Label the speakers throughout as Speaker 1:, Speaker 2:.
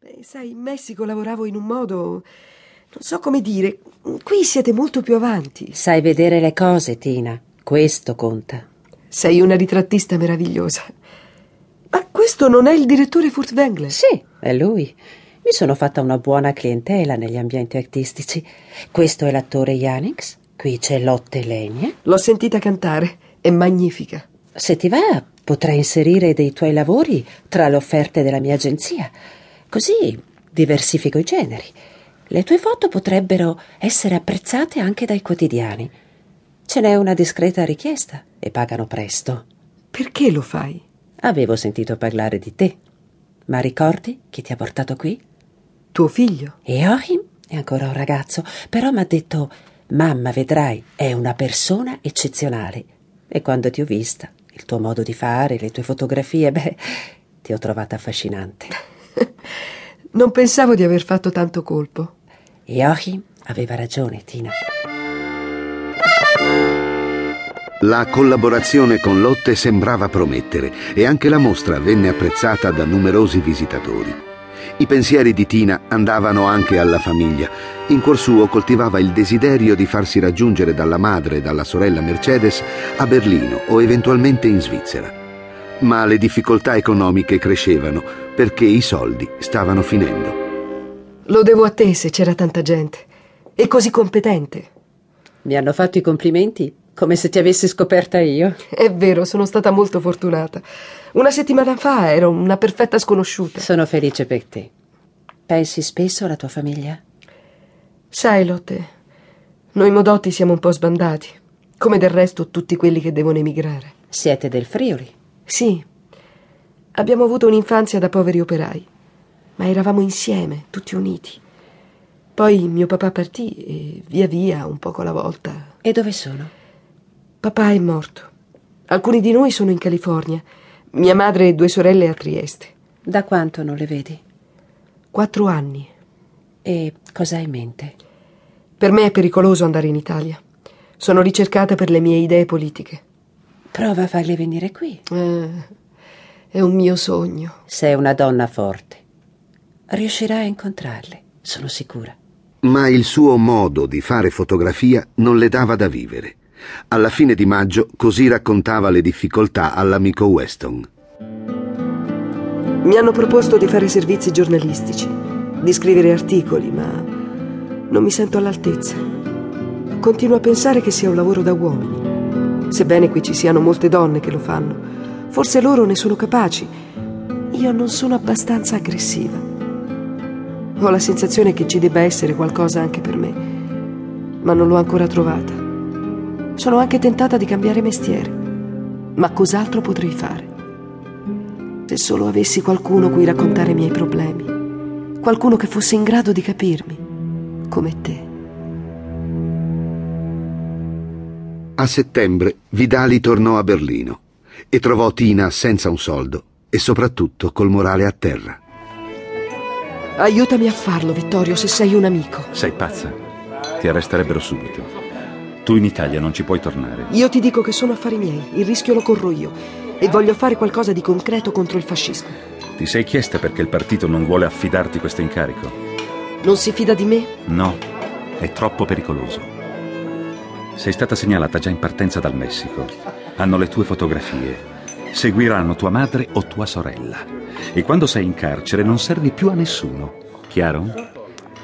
Speaker 1: Beh, sai, in Messico lavoravo in un modo. non so come dire. Qui siete molto più avanti.
Speaker 2: Sai vedere le cose, Tina. Questo conta.
Speaker 1: Sei una ritrattista meravigliosa. Ma questo non è il direttore Furtwängler?
Speaker 2: Sì, è lui. Mi sono fatta una buona clientela negli ambienti artistici. Questo è l'attore Yanix, qui c'è Lotte Lenie.
Speaker 1: L'ho sentita cantare. È magnifica.
Speaker 2: Se ti va, potrai inserire dei tuoi lavori tra le offerte della mia agenzia. Così diversifico i generi. Le tue foto potrebbero essere apprezzate anche dai quotidiani. Ce n'è una discreta richiesta e pagano presto.
Speaker 1: Perché lo fai?
Speaker 2: Avevo sentito parlare di te. Ma ricordi chi ti ha portato qui?
Speaker 1: Tuo figlio?
Speaker 2: Joachim è ancora un ragazzo, però mi ha detto: Mamma, vedrai, è una persona eccezionale. E quando ti ho vista, il tuo modo di fare, le tue fotografie, beh, ti ho trovata affascinante.
Speaker 1: Non pensavo di aver fatto tanto colpo.
Speaker 2: Joachim aveva ragione, Tina.
Speaker 3: La collaborazione con Lotte sembrava promettere e anche la mostra venne apprezzata da numerosi visitatori. I pensieri di Tina andavano anche alla famiglia. In cuor suo coltivava il desiderio di farsi raggiungere dalla madre e dalla sorella Mercedes a Berlino o eventualmente in Svizzera. Ma le difficoltà economiche crescevano perché i soldi stavano finendo.
Speaker 1: Lo devo a te se c'era tanta gente. E così competente.
Speaker 2: Mi hanno fatto i complimenti come se ti avessi scoperta io.
Speaker 1: È vero, sono stata molto fortunata. Una settimana fa ero una perfetta sconosciuta.
Speaker 2: Sono felice per te. Pensi spesso alla tua famiglia?
Speaker 1: Sai, Lotte, noi modotti siamo un po' sbandati, come del resto tutti quelli che devono emigrare.
Speaker 2: Siete del Friuli?
Speaker 1: Sì, abbiamo avuto un'infanzia da poveri operai, ma eravamo insieme, tutti uniti. Poi mio papà partì e via via, un poco alla volta.
Speaker 2: E dove sono?
Speaker 1: Papà è morto. Alcuni di noi sono in California, mia madre e due sorelle a Trieste.
Speaker 2: Da quanto non le vedi?
Speaker 1: Quattro anni.
Speaker 2: E cosa hai in mente?
Speaker 1: Per me è pericoloso andare in Italia. Sono ricercata per le mie idee politiche.
Speaker 2: Prova a farle venire qui.
Speaker 1: Eh, è un mio sogno.
Speaker 2: Sei una donna forte. Riuscirai a incontrarle, sono sicura.
Speaker 3: Ma il suo modo di fare fotografia non le dava da vivere. Alla fine di maggio così raccontava le difficoltà all'amico Weston.
Speaker 1: Mi hanno proposto di fare servizi giornalistici, di scrivere articoli, ma non mi sento all'altezza. Continuo a pensare che sia un lavoro da uomini. Sebbene qui ci siano molte donne che lo fanno, forse loro ne sono capaci. Io non sono abbastanza aggressiva. Ho la sensazione che ci debba essere qualcosa anche per me, ma non l'ho ancora trovata. Sono anche tentata di cambiare mestiere. Ma cos'altro potrei fare? Se solo avessi qualcuno cui raccontare i miei problemi, qualcuno che fosse in grado di capirmi, come te.
Speaker 3: A settembre Vidali tornò a Berlino e trovò Tina senza un soldo e soprattutto col morale a terra.
Speaker 1: Aiutami a farlo, Vittorio, se sei un amico.
Speaker 4: Sei pazza? Ti arresterebbero subito. Tu in Italia non ci puoi tornare.
Speaker 1: Io ti dico che sono affari miei, il rischio lo corro io e voglio fare qualcosa di concreto contro il fascismo.
Speaker 4: Ti sei chiesta perché il partito non vuole affidarti questo incarico?
Speaker 1: Non si fida di me?
Speaker 4: No, è troppo pericoloso. Sei stata segnalata già in partenza dal Messico. Hanno le tue fotografie. Seguiranno tua madre o tua sorella. E quando sei in carcere non servi più a nessuno. Chiaro?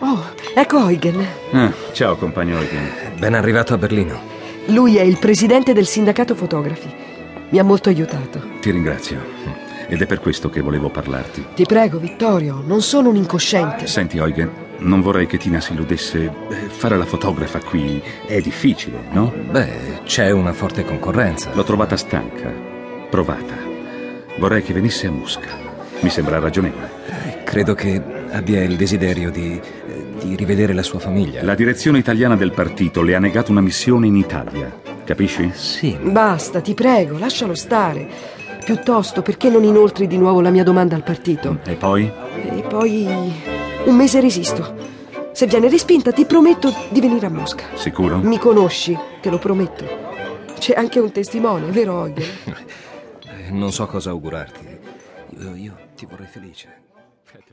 Speaker 1: Oh, ecco Eugen.
Speaker 4: Ah, ciao compagno Eugen.
Speaker 5: Ben arrivato a Berlino.
Speaker 1: Lui è il presidente del sindacato fotografi. Mi ha molto aiutato.
Speaker 4: Ti ringrazio. Ed è per questo che volevo parlarti.
Speaker 1: Ti prego, Vittorio, non sono un incosciente.
Speaker 4: Senti Eugen, non vorrei che Tina si illudesse. Eh, Fare la fotografa qui è difficile, no?
Speaker 5: Beh, c'è una forte concorrenza.
Speaker 4: L'ho trovata stanca, provata. Vorrei che venisse a Mosca. Mi sembra ragionevole.
Speaker 5: Eh, Credo che abbia il desiderio di, eh, di rivedere la sua famiglia.
Speaker 4: La direzione italiana del partito le ha negato una missione in Italia. Capisci?
Speaker 5: Sì, ma-
Speaker 1: Basta, ti prego, lascialo stare. Piuttosto, perché non inoltri di nuovo la mia domanda al partito?
Speaker 4: E poi?
Speaker 1: E poi. un mese resisto. Se viene respinta, ti prometto di venire a Mosca.
Speaker 4: Sicuro?
Speaker 1: Mi conosci, te lo prometto. C'è anche un testimone, vero Eugen?
Speaker 5: eh, non so cosa augurarti. Io, io ti vorrei felice. Eh, te lo-